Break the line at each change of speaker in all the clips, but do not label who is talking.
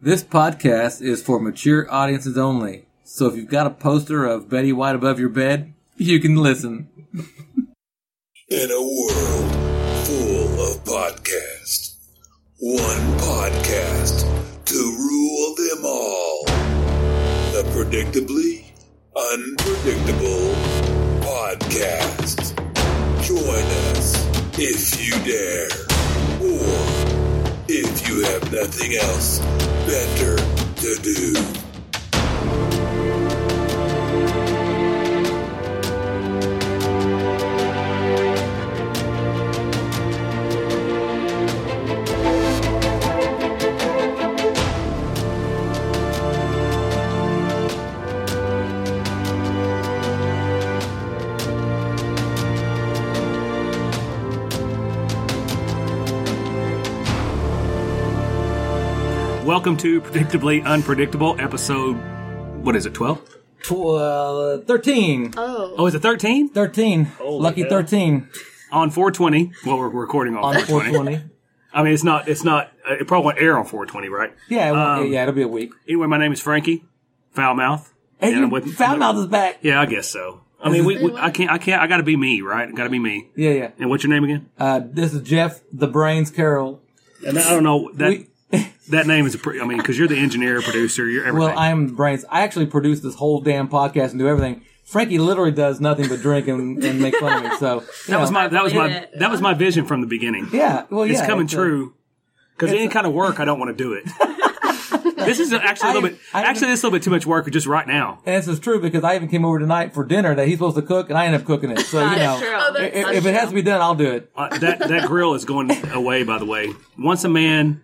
This podcast is for mature audiences only. So if you've got a poster of Betty White above your bed, you can listen.
In a world full of podcasts, one podcast to rule them all. The predictably unpredictable podcast. Join us if you dare, or if you have nothing else better to do.
Welcome to Predictably Unpredictable, episode. What is it, 12?
Tw- uh, 13.
Oh, is it 13?
13. Lucky
hell.
13
On 420. Well, we're recording on,
on
420.
420.
I mean, it's not, it's not, uh, it probably won't air on 420, right?
Yeah, it
Um,
won't- yeah, it'll be a week.
Anyway, my name is Frankie Foulmouth.
Hey,
yeah,
you
with-
found out this back.
Yeah, I guess so. I mean, we, we, I can't, I can't, I gotta be me, right? I gotta be me.
Yeah, yeah.
And what's your name again?
Uh, this is Jeff, the Brains Carroll.
And I don't know, that,
We-
that name is, a pre- I mean, because you're the engineer, producer, you're everything.
Well, I am the brains. I actually produce this whole damn podcast and do everything. Frankie literally does nothing but drink and, and make fun of me. So
that was my, that was
believe
my,
it.
that was my vision from the beginning.
yeah. Well, yeah,
it's coming
uh,
true. Because any kind of work, I don't want to do it. this is actually a little
I-
bit.
I-
actually, this is a little bit too much work just right now.
and this is true because I even came over tonight for dinner that he's supposed to cook, and I end up cooking it. So you know,
true.
i-
Oh,
i-
that's
if, it has to be done, I'll do it.
Uh, that that grill is going away. By the way, once a man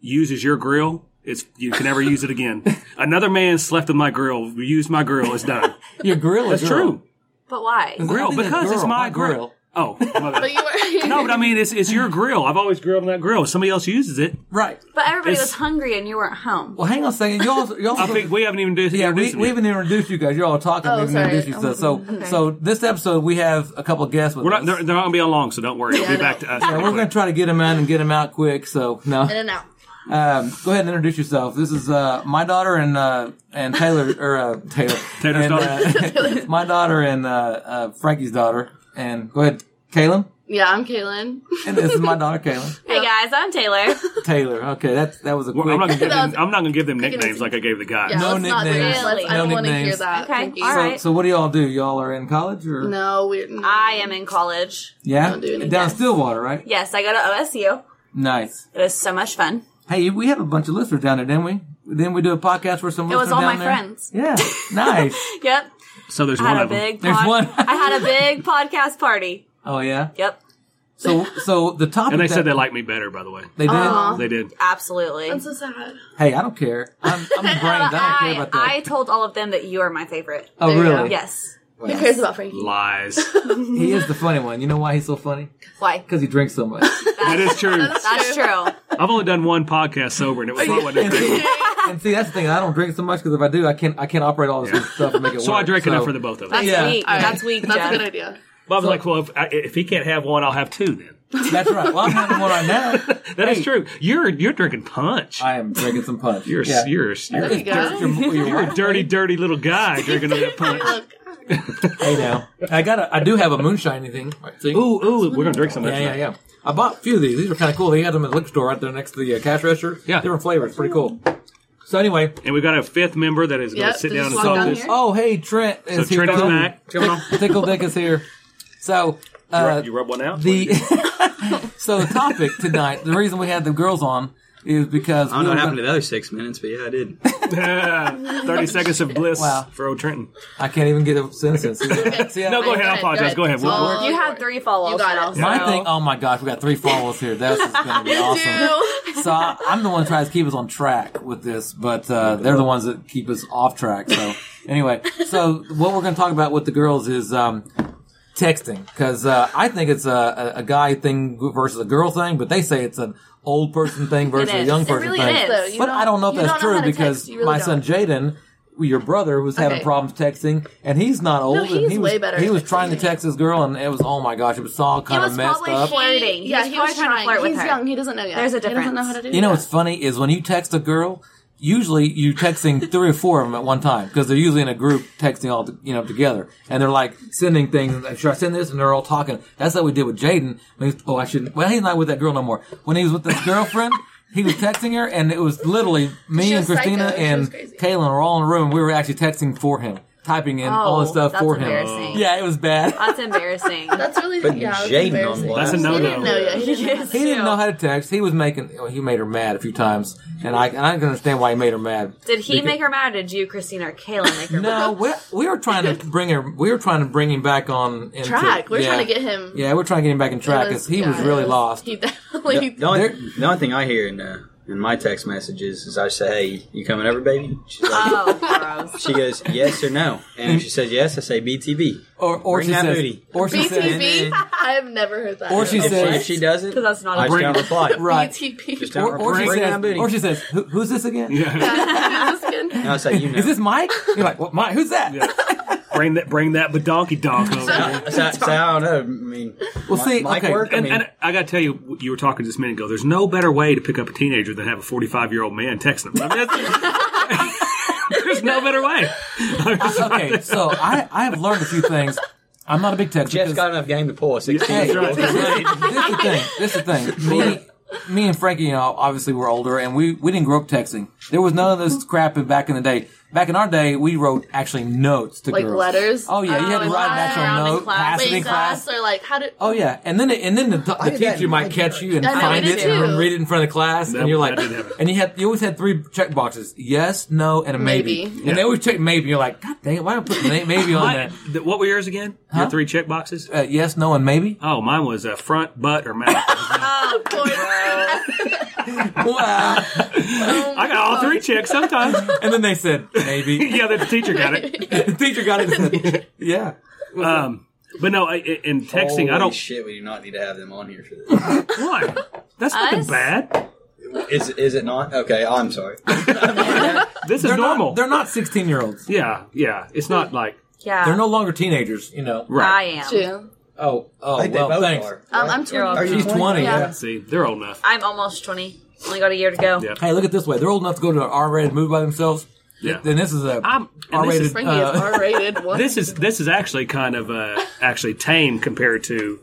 uses your grill, it's you can never use it again. Another man slept with my grill, used my grill, it's done.
Your grill is
That's true.
But why?
Grill
think it's
because it's
girl,
my
not
grill.
grill.
Oh, my bad.
But you were.
no, but I mean it's it's your grill. I've always grilled on that grill. Somebody else uses it.
right?
But everybody
It's-
was hungry and you weren't home.
Well, hang on a second. You all, you all
I think we haven't even do,
yeah, we,
we,
we haven't introduced you guys. You're all talking.
Oh,
we haven't
sorry.
introduced you. So, so,
Okay.
so this episode we have a couple of guests with
are not
us.
they're, they're not gonna be on long, so don't worry. It'll
Yeah,
be
I
back
know.
to us.
Yeah,
real
we're
quick.
going to try to get them in and get them out quick. So no,
I don't know.
Um, go ahead and introduce yourself. This is uh, my daughter and uh, and Taylor or uh, Taylor.
Taylor's
and,
daughter.
Uh, my daughter and uh, uh, Frankie's daughter. And go ahead, Kaylin.
Yeah, I'm Kaylin.
And this is my daughter, Kaylin.
Hey guys, I'm Taylor.
Taylor. Okay, that that was a quick.
Well, I'm not gonna give
That
them,
was-
I'm not gonna give them
and
nicknames
easy.
like I gave the guy.
Yeah,
No
let's not do that.
nicknames.
Let's-
No
I don't want to hear
nicknames.
that.
Okay,
Thank you.
all
so,
right.
so what do y'all do? Y'all are in college or
No, we. No.
I am in college.
yeah,
don't do anything.
down Stillwater, right?
Yes, I go to OSU.
Nice.
It was so much fun.
Hey, we have a bunch of listeners down there, didn't we? Didn't we do a podcast for some
It was
listeners
all
down
my
there?
friends.
Yeah, nice.
Yep.
So there's
I
one
had a
of them.
big
There's
pod-
one.
I had a big podcast party.
Oh yeah.
Yep.
So so the topic
And they
that,
said they like me better, by the way.
they did.
Uh-huh.
They did.
Absolutely.
I'm so sad.
Hey, I don't care. I'm, I'm the brains. I don't care
I,
about that.
I told all of them that you are my favorite.
oh,
There you
really?
go.
Yes.
Who cares about Frankie?
Lies.
He is the funny one. You know why he's so funny?
Why?
Because he drinks so much.
that is true.
That's true.
I've only done one podcast sober, and it was not what it did.
and see, that's the thing. I don't drink so much because if I do, I can't. I can't operate all this good stuff and make it
So
work.
I drank enough for the both of us.
That's
Yeah.
weak.
All right.
That's weak,
That's
Jeff.
a good idea.
But I was like, well, if, I, if he can't have one, I'll have two then.
That's right. Well, I'm having one right now.
That is true. You're you're drinking punch.
I am drinking some punch.
You're
yeah.
you're, you're,
you go.
Your- your
you're a dirty, dirty little guy drinking that punch.
Look,
Hey now, I got. to I do have a moonshine thing. See?
Ooh, ooh, we're gonna drink some of
Yeah,
that.
yeah, yeah. I bought a few of these. These are kind of cool. They had them at the liquor store right there next to the uh, cash register.
Yeah.
different flavors. Pretty cool. So anyway,
And we've got a fifth member that is gonna
Yep,
sit
they
down and
just walked
talk to
down here.
us.
oh hey, Trent
So
is
Trent is
coming.
back. Coming on.
Tickle Dick is here. So uh,
You rub one out.
the so the topic tonight. The reason we had the girls on is because
I
we
don't know what
were
happened
gonna-
to the other six minutes, but yeah, I did.
Thirty seconds of bliss
Wow.
for old Trenton.
I can't even get a sentence. See, I-
No, go ahead. I
ahead, go
apologize.
ahead.
Go ahead. We'll-
Well,
we'll-
You have three follows.
You got
now,
it.
so-
My thing. Oh my gosh, we got three followers here. That's going to be awesome.
two.
So I, I'm the one that tries to keep us on track with this, but uh, they're the ones that keep us off track. So anyway, so what we're going to talk about with the girls is um, texting because uh, I think it's a, a, a guy thing versus a girl thing, but they say it's an old person thing versus a
is.
young
It
person
really
thing.
is.
So you
but I don't know if
you
that's
don't
true
how to
because
text, you really
my
don't.
son Jaden, your brother, was having
Okay.
problems texting, and he's not old. and
he's
he was,
way better
He
at
was
texting
trying to
than me.
text this girl, and it was oh my gosh, it was all kind of
was
messed
probably
up.
He- flirting. He
Yeah,
was
he was
probably trying to flirt with
He's
her.
young. He doesn't know yet.
There's a
He doesn't know
difference.
how to do
You know
that.
what's funny is when you text a girl, usually you texting three or four of them at one time because they're usually in a group texting all you know together, and they're like sending things. and, Like, Should I send this? And they're all talking. That's how we did with Jaden. When he was- Oh, I shouldn't. Well, he's not with that girl no more. When he was with his girlfriend. He was texting her, and it was literally me
She
and
was
Christina
psycho. She
and
was crazy.
Kaylin were all in the room. We were actually texting for him, typing in all this
Oh,
stuff
that's
for him.
embarrassing.
Yeah, it was bad.
That's embarrassing.
That's really
Putting
yeah. that's
Jaden on
embarrassing.
That's
blast.
a
He
no-no.
didn't know yet. He didn't know.
He didn't know how to text. He was making well, he made her mad a few times, and I and I can understand why he made her mad.
Did he
Because-
make her mad? Or did you, Christina, or Kayla make her mad?
No, we we were trying to bring her. We were trying to bring him back on into,
Track. We're
yeah.
trying to get him.
Yeah, we're trying to get him back in track
It
because he
yeah,
was
it
really lost.
He definitely.
The only,
There-
the only thing I hear in uh, in my text messages is I say, "Hey, you coming over, baby?" She's like,
Uh.
Oh, gross.
she goes, "Yes or no?" And if she says yes, I say, "BTB."
Or or
Bring
she
that
says,
booty.
or she says,
BTB. I have never heard that.
Or she
If she,
says-
if she doesn't,
Because that's not
I
a
just don't reply.
right,
BTB.
Just don't
or, or
reply.
she
Bring
says,
that booty.
or she says, Who, who's this again?
Yeah.
Is this good?
and I say, "You know."
Is this Mike? You're like, what, Mike? Who's that?
bring that, bring that, but donkey donk over. here.
I say, I say, "I don't know." I mean,
Well,
Mi-
see,
Mike
okay.
work. I
And,
mean,
and I got to tell you, you were talking just a minute ago. There's no better way to pick up a teenager than have a 45 year old man texting them. I mean, that's- there's no better way.
Okay, so I I have learned a few things. I'm not a big texter.
Jeff's
'cause-
got enough game to pull a
Hey,
sixteen.
That's
this, is the thing. This is the thing. Me, me and Frankie, you know, obviously we're older, and we we didn't grow up texting. There was none of this crap in- back in the day. Back in our day, we wrote actually notes to
Like
girls.
letters?
Oh yeah, you had to
Oh,
write an
yeah.
actual
Around in
note,
class.
pass it
Wait,
in
class
class.
or like how did?
Oh yeah, and then it- and then the, the
I did that
teacher
in
might
my
catch you and
I know,
find
I
it
did too.
and read it in front of the class,
That-
and you're like,
that did happen.
and you had you always had three check boxes: yes, no, and a maybe.
Maybe.
And they always check maybe. You're like, God dang it, why don't I put may- maybe on
My,
there?
th- what were yours again? Your three check boxes?
Uh, yes, no, and maybe.
Oh, mine was uh, front, butt, or mouth.
Oh, gross.
Wow.
I got all three checks sometimes.
and then they said maybe.
yeah, the teacher got it.
the teacher got it. and said, yeah.
Um, but no, I, I- in texting,
Holy
I don't.
Shit, we do not need to have them on here for this.
Why? That's nothing
Us?
bad.
is is it not? Okay, I'm sorry.
This is
They're
normal.
Not, they're not 16 year olds.
yeah, yeah. It's not like
Yeah.
They're no longer teenagers, you know.
I
right.
am.
True.
Oh, oh,
I think they
well,
both
thanks.
are.
Um, I'm
You're all
20.
Are you
She's 20, yeah.
Yeah.
See, they're old enough.
I'm almost 20. Only got a year to go.
Yeah.
Hey, look at it this way. They're old enough to go to an R rated movie by themselves.
Yeah.
Then this is a uh,
I'm- and
R
this
rated.
is-
Frankie is R-rated. What?
This is this is actually kind of uh, actually tame compared to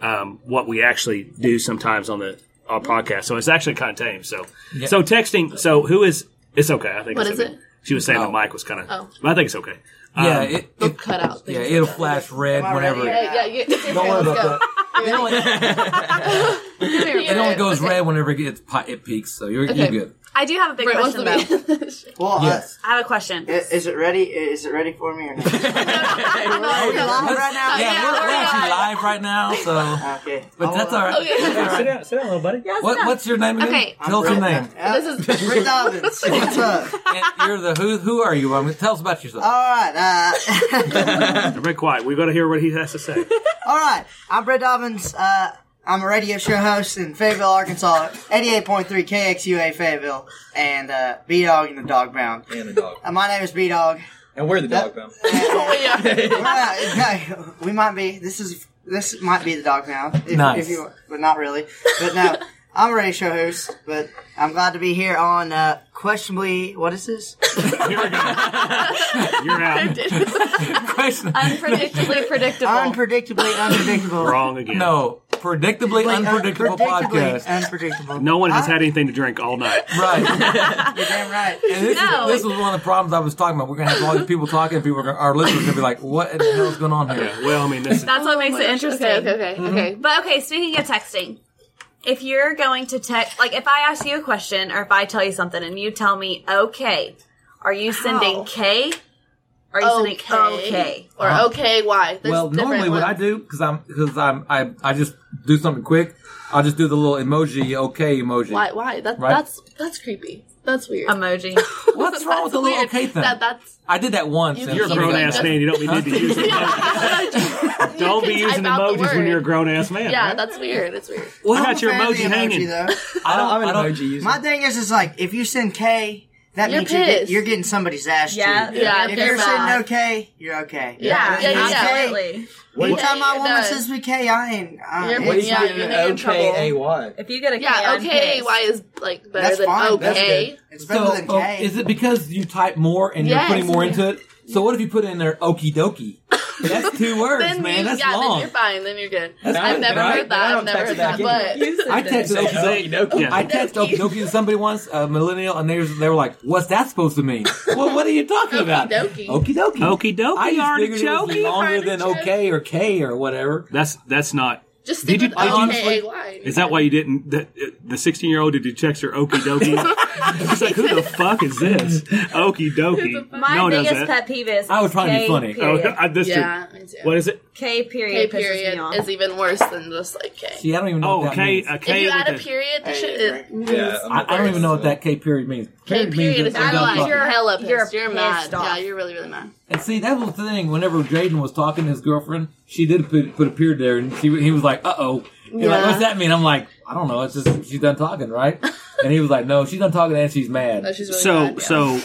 um, what we actually do sometimes on the our podcast. So it's actually kind of tame. So so texting. So who is? It's okay. I think.
What
it's
is
okay.
it?
She was saying
Oh.
the mic was kind of.
Oh.
I think it's okay.
yeah,
Um,
it,
They'll
it,
cut out.
yeah,
things.
it'll flash red whenever.
Yeah, yeah, yeah.
Don't worry
Let's
about
go.
that. It only, it only goes
Okay.
red whenever it gets pi- it peaks, so you're, you're
Okay.
good.
I do have a big
Right, what's
question, though.
the
Well,
Yes.
I have a question.
I, i- is it ready? i- Is it ready for me or not?
no,
We're
no.
live right now.
Yeah,
yeah,
we're,
we're
we're actually
live.
live right now, so
Okay.
but that's all right.
Okay.
sit down, sit down, little buddy.
What, what's your name again?
Okay.
Tell us your name.
This is-
Rick Dobbins. What's up?
And you're the who? Who are you? I mean, tell us about yourself.
All right. Uh,
Very quiet. We've got to hear what he has to say.
All right, I'm Brett Dobbins. Uh, I'm a radio show host in Fayetteville, Arkansas, 88.3 KXUA Fayetteville, and uh, B Dog and the Dog Pound.
and the dog.
Uh, my name is B Dog.
And we're the dog pound.
Yeah.
uh, we might be. This is this might be the Dog Pound. If,
Nice.
if you, but not really. But no, I'm a radio show host. But I'm glad to be here on uh, questionably. What is this?
Here we go. You're out.
Uh,
Question.
Unpredictably predictable.
Unpredictably unpredictable.
Wrong again.
No, predictably unpredictable
Predictably
podcast.
Unpredictable.
No one has
I-
had anything to drink all night.
Right.
You're damn right.
And this,
No.
is, this was one of the problems I was talking about. We're gonna have all these people talking. People are gonna, our listeners are gonna be like, "What in the hell is going on here?"
Yeah, well, I mean, this is,
That's what makes it interesting.
Okay, okay, okay.
Mm-hmm.
okay.
But okay, speaking of texting, if you're going to text, like if I ask you a question or if I tell you something and you tell me, okay, are you sending
How?
K? Are you sending okay?
Or Oh, okay, why? There's
Uh-huh. well,
different
normally what I
ones.
do because I'm because I'm I, I just do something quick. I'll just do the little emoji, okay emoji.
Why? Why? That,
Right.
That's that's creepy. That's weird.
Emoji.
What's wrong with the little
Weird.
okay thing?
That, that's
I did that once.
You-
and
you're a
somebody-
grown ass
That's-
man. You don't need to use emojis. Don't be
You can
using
type out
emojis
the
when
word.
you're a grown ass man.
yeah,
right?
that's weird. It's weird.
Well,
I
I'm
got
a
your
fan of the
emoji hanging.
Though.
I don't.
I'm
I
an
don't-
emoji user.
My thing is, is like if you send K, That
You're
means you're, get,
pissed.
you're getting somebody's ass
Yeah,
chewed.
yeah,
If
they're
you're sitting
bad.
okay, you're okay.
Yeah, yeah,
You're
yeah.
absolutely.
Wait,
Anytime my
Yeah,
woman
it does.
says we K, I ain't. uh, I
You're
ain't-
What
What
is
is
Yeah, even
even
you're gonna
in trouble.
OKAY?
If you get a
Yeah,
K, I'm
okay.
pissed.
Why is like better
That's
than
fine. That's
okay?
It's better
So,
than
oh,
K.
is it because you type more and
Yes.
you're putting more into it? So what if you put in there okie dokie? That's two words,
then
man.
you,
That's
yeah,
long.
then you're fine. Then you're good.
That's
I've
good,
never
right?
heard that.
I
I've
don't
never
text
heard that.
back
But
You said
I
that.
texted okie dokie. I
Yeah.
texted okie dokie to somebody once, a millennial, and they were, they were like, "What's that supposed to mean?" well, what are you talking about?
Okie dokie.
Okie dokie.
Okie
I
dokie,
just figured it was
artichoke.
longer than
artichoke.
okay or K or whatever.
That's that's not.
just
Did
stick
you-
with
I honestly-
OKAY.
Is that why you didn't? The, the sixteen year old who did checks her okie dokie. It's like who the fuck is this? Okie dokie.
My
No one does
biggest
that.
pet peeve is
I was trying to be
K
funny.
Oh,
Period.
I, this
Yeah. me too.
What is it?
K
K
period. pisses me
period
off.
is even worse than just like K.
See, I don't even know
Oh,
what that
K.
means.
A
If
K
you
with
add a
a-
period, the
Hey,
shit
Frank.
is
Yeah, I'm
I, I don't even know what
embarrassed.
that K period means.
K period
means
is
that I'm
you're
done
like
talking.
you're hella pissed.
You're
You're, mad.
pissed off.
Yeah, you're really really mad.
And see, that was the thing. Whenever Jaden was talking to his girlfriend, she did put, put a period there, and she, he was like, "Uh oh." You're like,
Yeah.
"What's that mean?" I'm like, "I don't know. It's just she's done talking, right?" and he was like, "No, she's done talking, and she's
No,
mad."
she's really
So
mad, yeah.
so,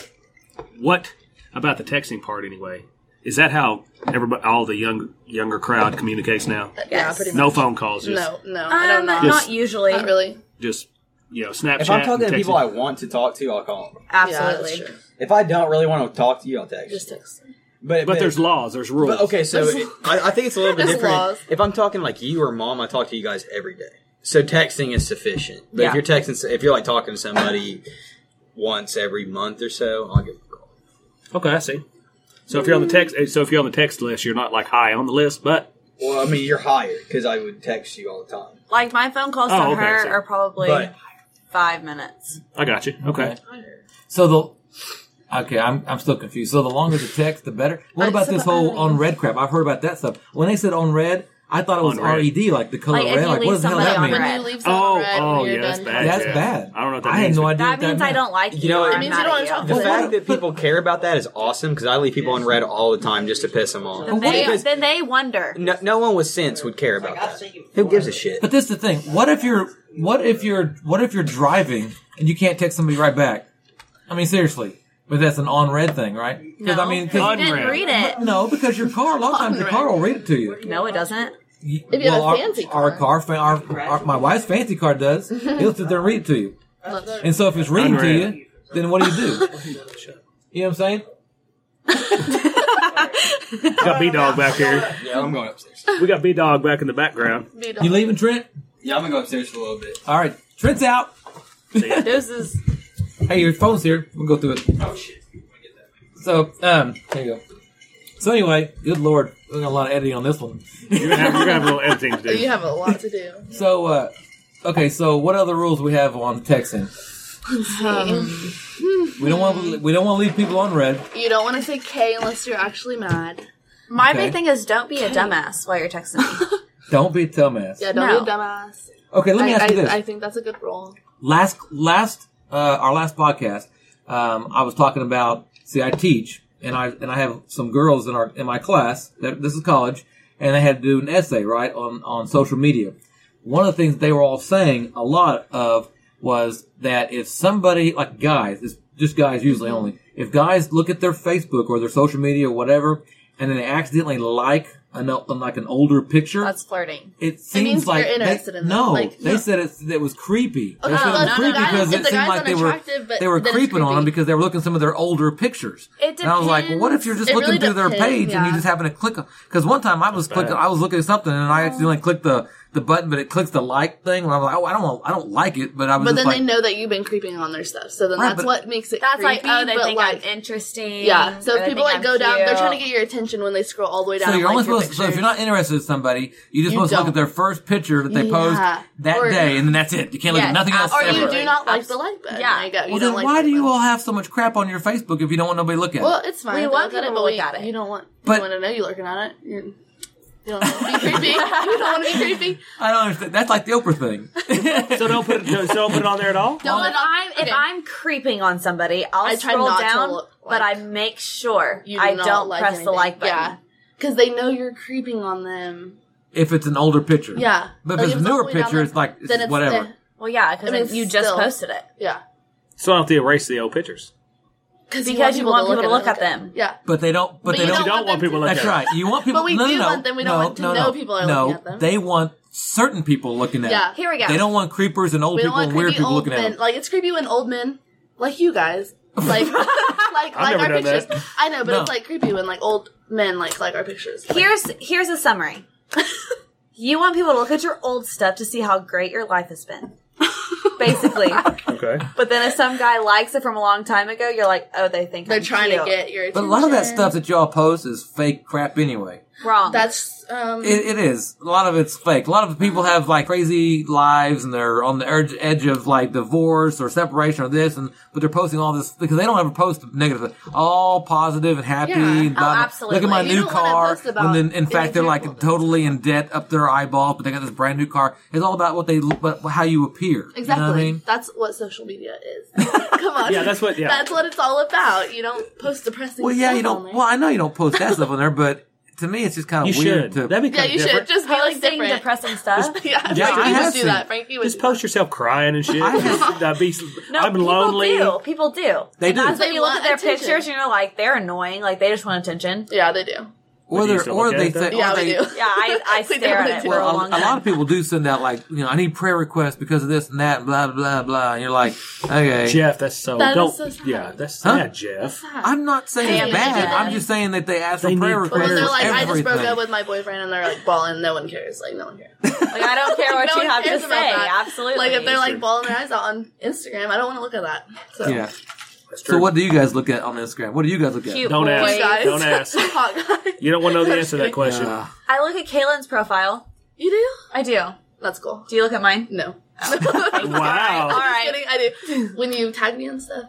what about the texting part anyway? Is that how everybody, all the young younger crowd communicates now?
yeah, pretty much.
No phone calls, just
No, no, I
Um,
don't know.
Just-
not usually.
Not really.
just you know Snapchat.
If I'm talking
and
to people
texting.
I want to talk to, I'll call them.
Absolutely.
Yeah, that's true.
If I don't really want to talk to you, I'll text.
Just text.
but
but there's laws, there's rules.
But okay, so
There's-
it, I, I think it's a little bit
There's
different.
laws.
If I'm talking like you or mom, I talk to you guys every day. So texting is sufficient. But
Yeah.
if you're texting, if you're like talking to somebody once every month or so, I'll give a call.
okay, I see. So if you're on the text, eh, so if you're on the text list, you're not like high on the list, but
Well, I mean, you're hired because I would text you all the time.
Like my phone calls
Oh,
to
okay,
her
so-
are probably
But
five minutes.
I got you. Okay,
So the okay, I'm I'm still confused. So the longer the text, the better. What
Like,
about this
some- I
whole
don't
on
know.
red crap? I've heard about that stuff. When they said on red, I thought it was
On red.
R E D, like the color
Like, if
red.
you
Like
leave
what the hell
somebody
that
on
mean?
When
red.
you leave someone
Oh,
red, when
oh,
you're
yeah,
done
that's bad.
That's
Yeah.
bad.
I don't know what that
I had
means,
no
but-
idea.
That
what
means I
meant.
don't like you.
You know,
or
it
I'm
means you
mad
don't
at
wanna talk
the
But-
fact that people care about that is awesome because I leave people on red all the time just to piss them off.
Then they,
Because
then they wonder.
no, no one with sense would care about that. Who gives a shit?
But this is the thing. What if you're what if you're what if you're driving and you can't text somebody right back? I mean, seriously. But that's an on red thing, right? Because I mean, 'cause-
you didn't
Unread.
read it.
no, because your car. A lot of times, your car will read it to you.
No, it doesn't.
You-
If you have a
our-
fancy
our,
car.
car, fa- our, our, my wife's fancy car does. He'll sit there and read it to you.
Look.
And so if it's reading
Unread.
to you, then what do you do? you know what I'm saying?
got B dog back here.
Yeah, I'm going upstairs.
We got B dog back in the background.
Beat
You
up.
leaving Trent?
Yeah, I'm gonna go upstairs for a little bit.
All right, Trent's out.
This is
Hey, your phone's here. We'll go through it.
Oh shit!
So, um, there you go. So anyway, good lord, we got a lot of editing on this one.
You're gonna have, you're gonna have a little editing to do.
You have a lot to do.
So, uh, okay, so what other rules we have on texting? We don't want to, we don't want to leave people on red.
you don't want to say K unless you're actually mad.
my
Okay.
big thing is don't be a dumbass while you're texting me.
Don't be a dumbass.
Yeah, don't
No.
be a dumbass.
Okay, let me
I,
ask you
I,
this.
I think that's a good rule.
last last uh, our last podcast, um, I was talking about. See, I teach, and I and I have some girls in our in my class. That, this is college, and they had to do an essay right on on social media. One of the things they were all saying a lot of was that if somebody like guys, it's just guys usually only. If guys look at their Facebook or their social media or whatever, and then they accidentally like an o- like an older picture,
That's flirting.
it
means
seems like
you're
they-
interested in them.
no,
Like,
they
no.
said it, that it was creepy. They
Okay,
said it was
no, no,
creepy
guys-
because
if
it
the
seemed
guy's
like they were
unattractive, but
they were
then it's
creeping on
creepy.
them because they were looking at some of their older pictures.
It
And I was like, well, what if you're just
It
looking
really
through their
depends,
page and
yeah.
you just happen to click? Because one time I was clicking, I was looking at something and
Oh.
I accidentally clicked the the button, but it clicks the like thing. And I'm like, oh, I don't want, I don't like it, but I was
But
just
then
like,
they know that you've been creeping on their stuff, so then
Right,
that's
but-
what makes it.
That's
creepy,
like, oh, they
but
think
like,
I'm interesting.
yeah. So
or
if
they
people
think
like
I'm
go down, they're
cute.
trying to get your attention when they scroll all the way down.
So
and
you're
like
only
your
supposed. to, so if
pictures.
you're not interested in somebody, you're just
You
supposed to look at
don't.
their first picture that they
Yeah.
posed that
Or- Uh,
day, and then that's it. You can't look
Yes,
at nothing else
or you
ever.
do not like the like button.
Yeah.
There you go. You
well,
don't
then
like
why
the
do
like
you
button.
all have so much crap on your Facebook if you don't want nobody looking?
Well, it's fine.
We
if they
want people
look at it,
to
but
look
we-
at it.
You don't want.
But-
you want to know you're looking at it. You're, you don't want to be creepy. you don't want to be creepy.
I don't understand. That's like the Oprah thing.
So don't put it. So don't put it on there at all.
Well, if I'm if I'm creeping on somebody, I'll
I try
scroll
not to
down,
look
but
like-
I make sure
You do
I
not
don't
like
press the
anything.
like button.
Yeah. Because they know you're creeping on them.
if it's an older picture.
Yeah.
But
Like,
if it's a
all
newer
the way down
picture,
there,
it's like it's
then
whatever.
eh,
Well, yeah, because
I mean,
you just
still-
posted it.
yeah.
So I don't have to erase the old pictures.
Because
Because you want people to look at them.
Yeah.
But they don't. But,
But
they
you
don't.
You don't
want
want
them
people
to-
looking
that's
at it.
right. You want people.
But we
no, no,
do
no.
want them. We don't
no,
want to
no,
know
no.
people are
no,
looking at them.
They want certain people looking at.
Yeah.
them.
Here we go.
They don't want creepers and old
We don't
people
want
and weird
creepy
people
old
looking
men.
at. Them.
Like it's creepy when old men, like you guys, like like
never
like our
done that.
pictures. I know, but
No.
it's like creepy when like old men like like our pictures. Like,
Here's here's a summary. you want people to look at your old stuff to see how great your life has been. Basically.
Okay.
But then if some guy likes it from a long time ago, you're like, oh, they think
they're
I'm
trying
cute.
to get your. Attention.
But a lot of that stuff that y'all post is fake crap anyway.
wrong.
That's um.
It, it is. A lot of it's fake. A lot of people have like crazy lives and they're on the edge, edge of like divorce or separation or this, and but they're posting all this because they don't ever post negative. stuff. All positive and happy.
Yeah.
and blah,
Oh,
blah.
absolutely.
Look at my
You
new
don't wanna
car.
post about
When then, in fact, they're like
anything.
totally in debt up their eyeballs, but they got this brand new car. It's all about what they, look- but how you appear.
Exactly.
You know what I mean?
That's what social media is. Come on.
Yeah, that's what- yeah.
That's what it's all about. You don't post depressing.
Well, yeah,
stuff
you
on
don't.
there.
Well, I know you don't post that stuff on there, but to me, it's just kind
You
of weird
should.
to.
That'd be
yeah,
kind
you
of different.
should just be like
Posting
different.
depressing stuff.
yeah,
Yeah, I
Frankie
have
would do
seen-
that. Frankie would
Just
do
post yourself crying and shit.
have-
I'd be,
No,
I'm
people
lonely.
do. People do.
They
And
do.
That's when
They
you look
want
at their
attention.
pictures, you know, like they're annoying, like they just want attention.
that. Yeah, they do.
or
Do you
they
still
or
look
they
at that?
think.
Yeah,
or
we
they,
do.
Yeah, I, I
We
stare at it
definitely
for
do.
a
Well, a,
long
a
time.
lot of people do send out like, you know, I need prayer requests because of this and that, blah blah blah. And you're like, okay,
Jeff, that's so.
That is
don't.
so sad.
Yeah, that's
Huh?
sad, Jeff.
I'm not saying
Damn,
it's bad.
Jeff.
I'm just saying that they ask
They
for
need
prayer
prayer.
But
requests.
when they're like, I just
everything.
broke up with my boyfriend, and they're like balling, no one cares. Like no one cares.
Like, I don't care what
No
you
one
have to
cares
say.
about that.
Absolutely.
Like if they're like bawling their eyes out on Instagram, I don't want to look at that. So.
yeah.
That's true.
So what do you guys look at on Instagram? What do you guys look at? Uh,
Cute.
Don't ask.
Cute guys.
Don't ask.
Hot guy.
You don't want to know the answer to that question.
Uh,
I look at Kaylin's profile.
You do?
I do.
That's cool.
Do you look at mine?
No.
wow.
All right.
Just kidding, I do. When you tag me and stuff.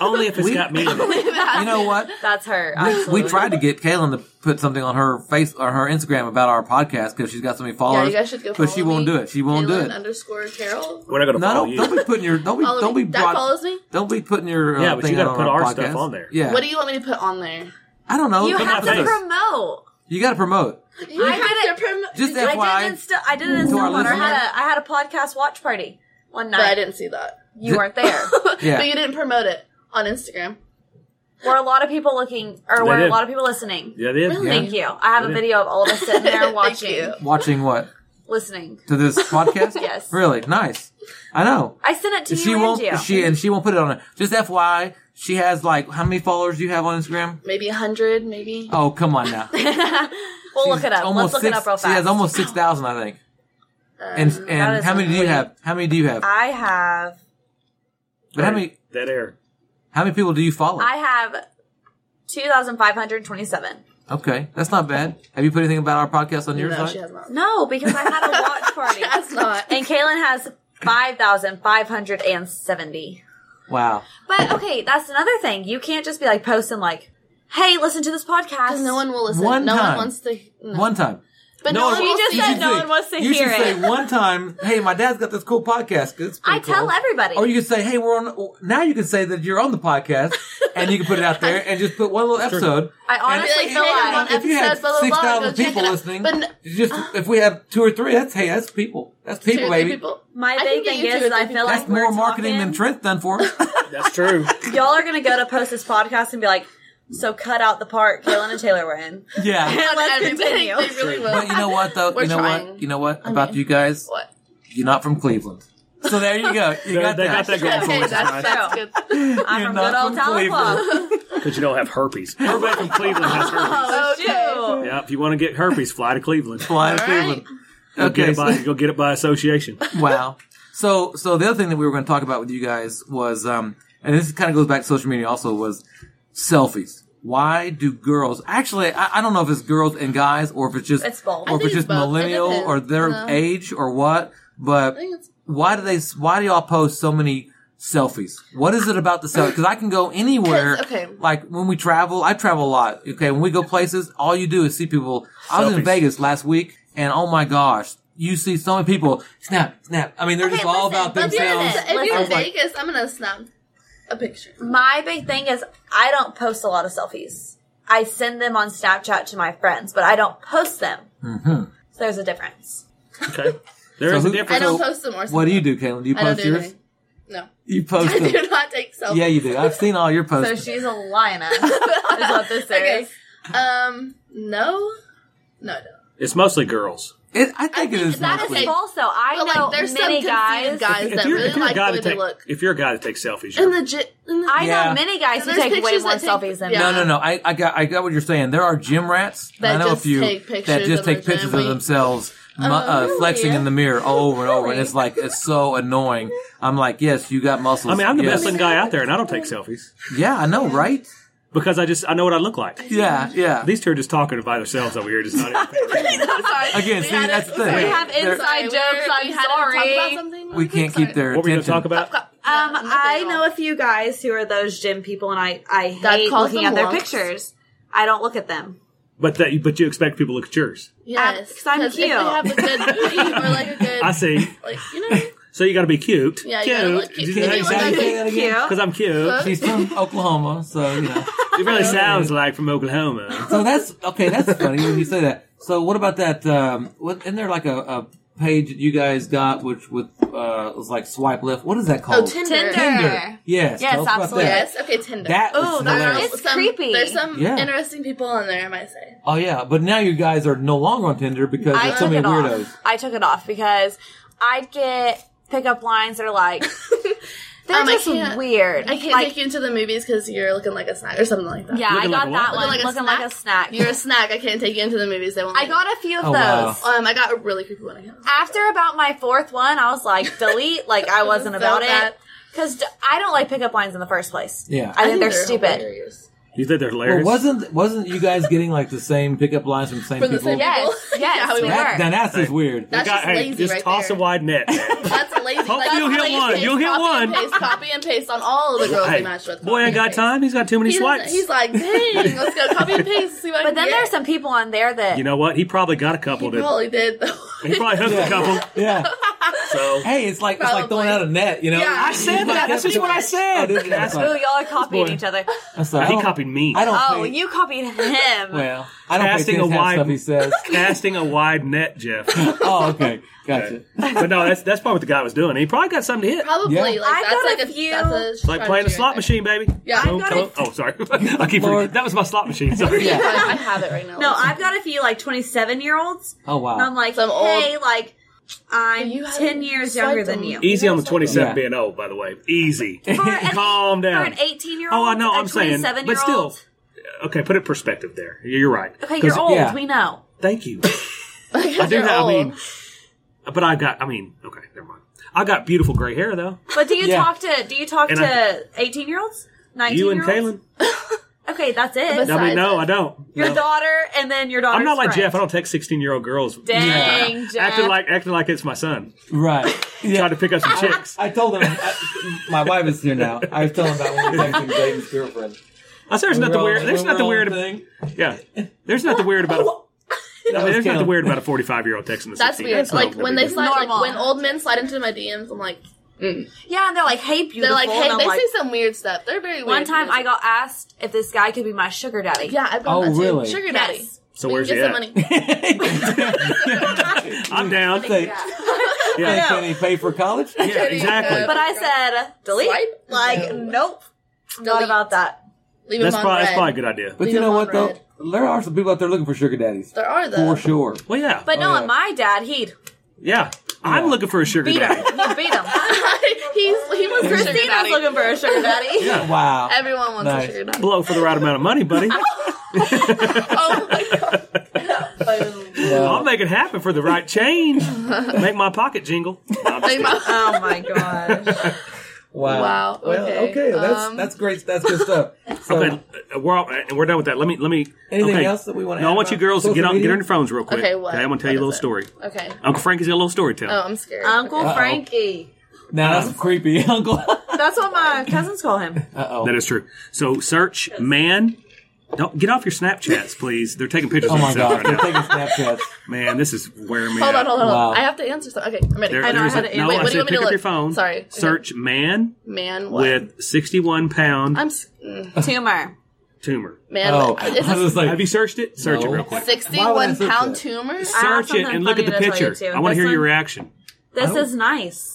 Only if it's
We-
got me. in it.
you know what?
That's her.
We
Absolutely.
tried to get Kaylin to put something on her face or her Instagram about our podcast because she's got so many
Yeah,
followers.
you guys should go.
but
follow
she won't
me.
do it. She won't
Kaylin
do it.
Underscore Carol.
We're not going to
No,
follow
don't,
you.
don't be putting your don't be
Follow
don't
me.
be
that
broad-
follows me.
don't be putting your uh,
Yeah, but you
thing
gotta
on
put our stuff
podcast.
on there.
Yeah,
What do you want me to put on there?
I don't know.
You
Put
have
my
to
my
face.
face.
promote.
you got to promote.
You
I
have to prom-
Just
you-
FYI.
I did an insta- I did an
To our
Instagram one. I
listeners.
had a I had a podcast watch party one
But I
night.
didn't see that.
You weren't there.
Yeah.
But you didn't promote it on Instagram.
were a lot of people looking, or
They
were a
did.
lot of people listening.
Yeah, they
Really?
Yeah.
Thank you. I have a
They did.
video of all of us sitting there
Thank
watching,
you.
Watching what
listening.
to this podcast?
Yes.
really nice. I know.
I sent it to
she
you,
won't.
and you.
She and she won't put it on. Her. Just FYI, she has like how many followers do you have on Instagram?
Maybe a hundred, maybe.
Oh come on now.
we'll look it up. Let's look
six,
it up real fast. Um,
She has almost six thousand, I think. And
that
and
is
how many do you
weird.
have? How many do you have?
I have.
But how many
That air.
how many people do you follow?
I have. 2,527.
okay, that's not bad. Have you put anything about our podcast on your
no,
side?
she has not.
No, because I had a watch party.
That's not.
And Kaylin has 5,570.
Wow.
But okay, that's another thing. You can't just be like posting like, "Hey, listen to this podcast."
No one will listen.
One
no
time.
one wants to. No.
One time.
But
No
no,
one
one will
wants
to
see
said
it.
should
no
say-
one wants to
you should
hear it.
say one time, "Hey, my dad's got this cool podcast." 'cause it's pretty
I tell
cool."
everybody.
Or Oh, you could say, "Hey, we're on." Now you can say that you're on the podcast, and you can put it out there, and just put one little episode.
I honestly
Like,
feel
hey,
like
everyone,
if you had
episode, blah, blah,
six
blah,
thousand
go check
people
it out.
listening,
But n-
it's just if we have two or three, that's hey, that's people. That's people,
Seriously,
baby.
people-
my
I can
big
get
thing
you
is,
two or
is I
three
feel
people.
That's
like
more
we're
marketing
talking,
than Trent's done for us.
That's true.
Y'all are gonna go to post this podcast and be like, "So cut out the part Kaylin and Taylor were in."
yeah,
And let's
Everything.
continue.
They really will.
but you know what though?
We're
you know
trying.
what? You know what about you guys?
What?
You're not from Cleveland, so there you go. You
They-
got
they
that.
got that going
Okay,
for us.
that's, that's good.
I'm
You're
from
not
good old
from
Tahlequah.
Because you don't have herpes. Everybody from Cleveland has herpes.
Oh
Okay.
shoot!
Yeah, if you want to get herpes, fly to Cleveland.
Fly to
All right.
Cleveland.
Go get
Okay,
it by,
so,
go get it by association.
wow. So, so the other thing that we were going to talk about with you guys was, um, and this kind of goes back to social media also was selfies. Why do girls? Actually, I, I don't know if it's girls and guys, or if it's just
It's both.
or
I
if it's
think
just
it's both. It
millennial
depends.
or their
No.
age or what. But
I think it's-
why do they? Why do y'all post so many selfies? What is it about the selfie? Because I can go anywhere.
'Cause, okay.
Like when we travel, I travel a lot. Okay, when we go places, all you do is see people. I was in
Selfies.
Vegas last week, and oh my gosh, you see so many people snap, snap. I mean, they're
Okay,
just all
listen,
about
but
If you're in,
themselves.
listen,
if you're in
listen.
Vegas, I'm gonna snap a picture.
My big thing is I don't post a lot of selfies. I send them on Snapchat to my friends, but I don't post them.
Mm-hmm.
So there's a difference.
Okay. There is
So
a
who-
I
difference.
don't
So,
post them or something.
What do you do, Caitlin? Do you
I don't
post
do
yours?
anything. No,
You post
I do
them.
not take selfies.
Yeah, you do. I've seen all your
So
posts.
she's a lioness, is what this
Okay.
is.
Um, no, no, no.
It's mostly girls.
It, I think it
think
is
that is
mostly.
a-
Also, I
But
know
like, there's some
many
conceited
guys.
guys, that
you're-
really
you're a
like the
guy
way
to
they
take-
look.
If you're a guy that takes selfies,
In
you're,
the, gy- in the
I
Yeah.
know many guys who
There's
take way
pictures
more
that take-
selfies than
yeah.
me.
No, no, no. I, I got, I got what you're saying. There are gym rats. and
That
I know a
just
few
take
that
pictures
just
of
take
their
pictures of
family. Oh,
themselves, mu- uh,
really?
flexing in the mirror over and over, and
Really?
it's like it's so annoying. I'm like, yes, you got muscles.
I mean, I'm the
yes.
best looking guy out there, and I don't take selfies
Yeah, I know, right?
because I just I know what I look like.
Yeah, yeah.
These two are just talking about themselves over here. Just not even
Sorry,
Again,
we
see,
had
that's
it-
the thing.
sorry.
We have
They're-
inside
Sorry,
jokes.
we're-
I'm
we had to talk about
sorry.
something.
We can't keep their
What were you going to
attention.
talk about?
Um, I know a few guys who are those gym people, and I I
That
hate
calls
looking
them
at their
lunks.
pictures. I don't look at them.
But that, but you expect people to look at yours.
Yes,
Uh, 'cause I'm
if
cute.
they have a good booty or like a good,
I see.
like you know,
So you got to be cute.
Yeah, you
cute.
gotta look cute.
Did you know
You
you
look
Say
sound
like-
cute?
that
Cute.
again.
Because I'm cute.
Huh?
She's from Oklahoma, so you know.
It really sounds like from Oklahoma.
So that's okay. That's funny when you say that. So what about that? Um, what isn't there like a, a page that you guys got which with uh, was like swipe left? What is that
oh
called?
Tinder.
Tinder. Yes.
Yes,
tell us about
absolutely.
that.
Yes, okay, Tinder.
That was
Oh, that's
hilarious.
It's
some,
creepy.
There's some
Yeah.
interesting people on there, I might say.
Oh yeah, but now you guys are no longer on Tinder because
I
there's so
took
many
it
weirdos.
off. I took it off because I'd get pickup lines that are like they're
Um, I
just
can't-
weird.
I can't
like,
take you into the movies because you're looking like a snack or something like that.
Yeah,
Looking
I
like
got
a
that
what?
one. Looking, like a snack.
You're a snack. I can't take you into the movies. They won't.
I
let
got a few of
Oh, wow.
those.
you. Um, I got a really creepy one. I can't.
After about my fourth one, I was like, delete. Like I wasn't
So
about
bad.
it because I don't like pickup lines in the first place.
Yeah.
I think they're
They're
stupid.
hilarious.
You think they're
Well,
hilarious?
wasn't wasn't you guys getting like the same pickup lines from the same
From the
people?
same-
Yes,
People.
yes,
Yeah, we
we
were.
That, now
were.
that's just weird.
That's
Guy-
just
hey,
lazy
just
right
toss
there.
a wide net. man.
That's lazy.
Hopefully
that's
you'll hit
lazy.
one.
Paste,
You'll hit
copy
one.
And paste, copy and paste on all the girls
hey,
he matched with.
boy,
Copy
I
and
got
paste.
time. He's got too many
He doesn't-
swipes.
he's like, dang, let's go copy and paste. See what I
But
can
then there's
get.
some people on there that
you know what? He probably got a couple.
He
He probably,
probably did though.
he probably hooked a couple.
Yeah.
So
Hey, it's like it's like throwing
Probably.
out a net, you know?
Yeah. I
said that. That's just what I
Oh,
said.
did you? I'm
ooh,
sorry.
y'all are copying
boy.
each other.
I'm sorry. I
he
don't-
copied me.
I don't.
Oh,
pay-
you copied him.
Well, I don't pay
Casting
attention
a
to that
wide-
stuff he says.
casting a wide net, Jeff.
oh, okay, gotcha.
but no, that's that's probably what the guy was doing. He probably got something to hit.
Probably
Yeah.
like
I
that's
got
like
a
a
few-
That's a
Like playing a
strategy
slot
right
machine, baby.
Yeah. I
Boom,
got
boom.
it.
Oh, sorry. I keep
Lord.
forgetting. That was my slot machine. Sorry.
Yeah.
there. I I have it right now.
No, I've got a few like 27 year olds.
Oh
Uh,
wow.
And I'm like,
Some old-
hey, like, I'm
You haven't
10 years younger
swiped
than you.
them.
Easy on the 27
Yeah.
being old, by the way. Easy.
For an-
Calm down.
For an 18 year old.
Oh, I know.
a
I'm saying,
27
but
year old.
still, okay. Put it perspective there. You're you're right.
Okay,
'Cause-
you're old.
yeah.
We know.
Thank you. I
I
do have. I mean, but I got. I mean, okay. Never mind. I got beautiful gray hair though.
But do you
Yeah.
talk to do you talk
And
to 18 year olds? 19
You and
year olds?
Kaylin.
Okay, that's
But
it.
I mean, no,
Sizes.
I don't.
Your
No.
daughter and then your daughter.
I'm not like Jeff. I don't text 16 year old girls.
Dang, Jeff.
Acting like acting like it's my son.
right.
Trying to pick up some chicks.
I told him I, my wife is here now. I was telling him about when we were texting David's girlfriend.
I said there's nothing weird. There's nothing weird. ab-
thing.
Yeah. There's nothing weird about. A, I mean, there's nothing
Kim.
weird about a 45 year old texting a 16.
That's weird.
not
Like
gonna
when
be
they
weird.
slide, like
Normal.
when old men slide into my DMs, I'm like,
Yeah, and they're like, hey, beautiful.
they're like,
and
hey,
I'm
they
like-
say some weird stuff. They're very weird.
One time I got asked if this guy could be my sugar daddy.
yeah, I've got
Oh,
that too.
really?
Sugar
Yes.
daddy.
So
We can
where's
get
he
some
at?
money?
I'm down.
Say,
Yeah.
can he pay for college?
Yeah, exactly.
But I said, delete.
Swipe?
Like, nope. Not
Delete.
about that.
Leave
That's
him on
probably, that's
red.
probably a good idea.
But
Leave
you know
them
what
on
though,
red.
there are some people out there looking for sugar daddies
There are though.
for sure.
Well, yeah.
But no,
Oh, yeah.
on my dad, he'd
yeah. I'm looking for a sugar
beat him.
daddy.
He'd beat him.
He's he was a sugar
Christina's
daddy.
looking for a sugar daddy.
Yeah.
Wow.
Everyone wants
Nice.
a sugar daddy.
Blow for the right amount of money, buddy.
Oh my god.
Wow.
I'll make it happen for the right change. Make my pocket jingle. No, I'm just
Like,
kidding.
my-
Oh my gosh.
Wow.
Wow,
Well,
okay,
okay. That's
um,
that's great. That's good stuff. So,
Okay, uh, we're all, uh, we're done with that. Let me let me.
Anything
okay.
else that we wanna
No,
add
I want you
about
girls to
social
get on
media?
get on your phones real quick.
Okay, what?
I'm gonna tell
What
you a little
is it?
story.
Okay.
Uncle Frankie's got a little story to tell.
Oh, I'm scared.
Uncle
Uh-oh.
Frankie.
now that's creepy, Uncle.
Oh
uh
That's what my cousins call him.
oh.
That is true. So search man. Don't get off your Snapchats, please. They're taking pictures
Oh
of
my
themselves
god, they're
right now.
taking Snapchats.
Man, this is wearing me.
Hold on, hold on, hold on.
Wow.
I have to answer something. Okay, I'm ready.
There,
I know
there's
I had
a-
to
no,
answer. Wait,
I
what
said
do you want me
pick
to
up
look?
your phone.
Sorry. Okay.
Search man
man what?
with 61 pound
I'm s- mm,
Tumor.
tumor.
man.
Oh,
what?
I
Is this
was like,
Have you searched it? Search
No.
it real quick.
Why would I
61
search
pound
that?
tumor?
I have
Search it
something
and look at
funny
the
to tell you,
picture.
too.
I want to
This
hear your
Oh.
one-
reaction.
I
This
don't-
is nice.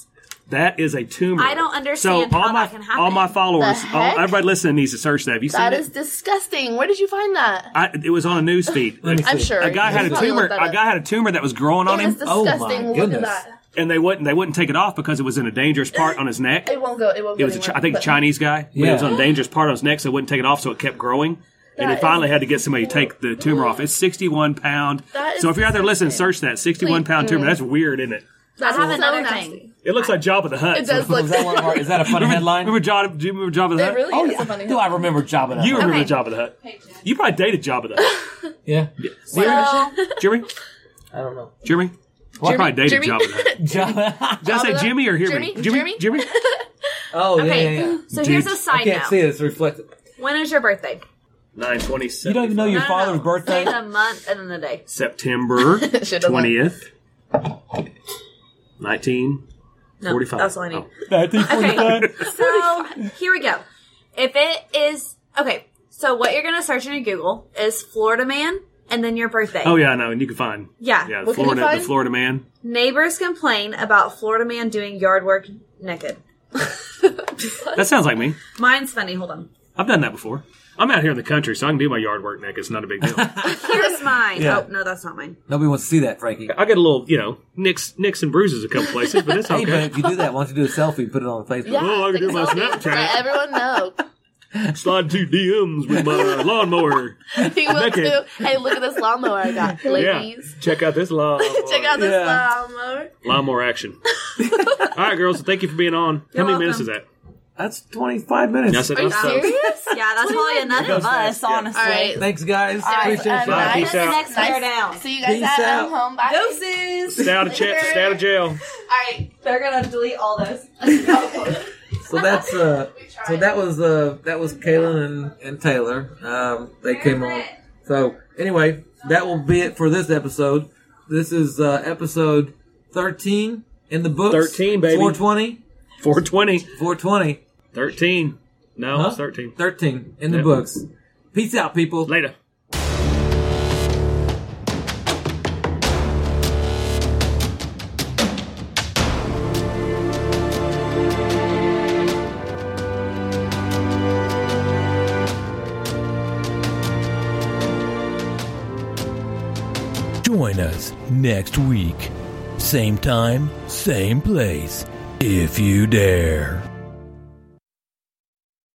That is a tumor.
I don't understand
so all
how
my,
that can happen.
All my followers,
The heck?
all, everybody listening needs to search that. Have you seen
That
it?
is disgusting. Where did you find that?
I, it was on a news feed.
Let me
I'm
see.
sure.
a guy
You
had a
probably
tumor.
looked that
A
up.
guy had a tumor that was growing on
It is
him,
Oh my
disgusting. Look at
goodness.
that.
and they wouldn't they wouldn't take it off because it was in a dangerous part on his neck.
It won't go. It won't
It
go.
was a, Chi-
anywhere,
I think a
but-
Chinese guy. but It was
Yeah.
on a dangerous part on his neck, so it wouldn't take it off, so it kept growing. And
That
they
is-
finally had to get somebody to take the tumor off. It's 61 pound.
That is
So if you're out there listening,
disgusting.
search that 61
Please,
pound tumor.
mm.
That's weird, isn't it?
I have another
nasty.
thing.
It looks like Job of the Hutt.
It does look.
Was that one of our, is that a funny headline?
Remember Job? Do you remember Job of the
It
Hutt?
really
oh,
is
yeah.
a funny.
Do I remember Job of the
You
Hutt?
remember
Okay.
Job of the Hut? You probably dated Job of the Hut.
Yeah.
So,
Jeremy,
I don't know.
Jeremy. Well, I probably dated
Jeremy?
Job of the Hut.
Job
Did I
Job of
say
the-
Jimmy or hear me?
Jeremy?
Jimmy, Jimmy.
Oh,
okay,
yeah, yeah, yeah.
Mm,
so here's a
Dude, I
side
can't see
note.
it. It's reflected.
When is your birthday?
Nine twenty-seven.
You don't even know your
No, no,
father's
no.
birthday?
Say the month and then the day.
September
Should've went.
twentieth, nineteen
No,
forty-five. Oh.
that's all I need.
Oh. Okay.
So here we go. If it is okay, so what you're gonna search in your Google is Florida man and then your birthday.
Oh yeah, I know, and you can find
Yeah.
yeah, the
What can you
Florida, the
find?
Florida man.
Neighbors complain about Florida man doing yard work naked.
That sounds like me.
Mine's funny. Hold on.
I've done that before. I'm out here in the country, so I can do my yard work neck. It's not a big deal.
Here's mine.
Yeah.
Oh no, that's not mine.
Nobody wants to see that, Frankie.
I get a little, you know, nicks, nicks and bruises a couple places, but it's
Hey, but
okay.
if you do that, why don't you do a selfie, put it on Facebook?
Yeah,
Oh, I can do my
exactly.
Snapchat.
Let everyone know.
Slide two DMs with my lawnmower.
He will
Naked.
too. Hey, look at this lawnmower I got,
Yeah,
ladies.
check out this lawnmower.
Check out this
Yeah.
lawnmower.
lawnmower action. All right, girls. Thank you for being on. How
You're
many minutes is
welcome.
that?
That's 25 minutes.
Yeah, I said uh,
Are you
that's-
serious?
Yeah, that's probably enough of us, honestly.
All right.
Thanks, guys.
Guys,
Appreciate
uh,
you.
Bye.
nice-
Peace out.
Next pair down.
See you guys
Peace
at
out.
I'm home. Bye.
Doses.
Stay out of chat. Stay out of jail.
All right.
They're gonna delete all those.
So that's uh, so that was uh, that was Kaylin and, and Taylor. Um, they came on. So anyway, that will be it for this episode. This is uh, episode 13 in the books.
13, baby.
420.
420.
420.
13. No,
Huh?
it's 13.
13 in the
Yeah.
books. Peace out, people.
Later.
Join us next week. Same time, same place, if you dare.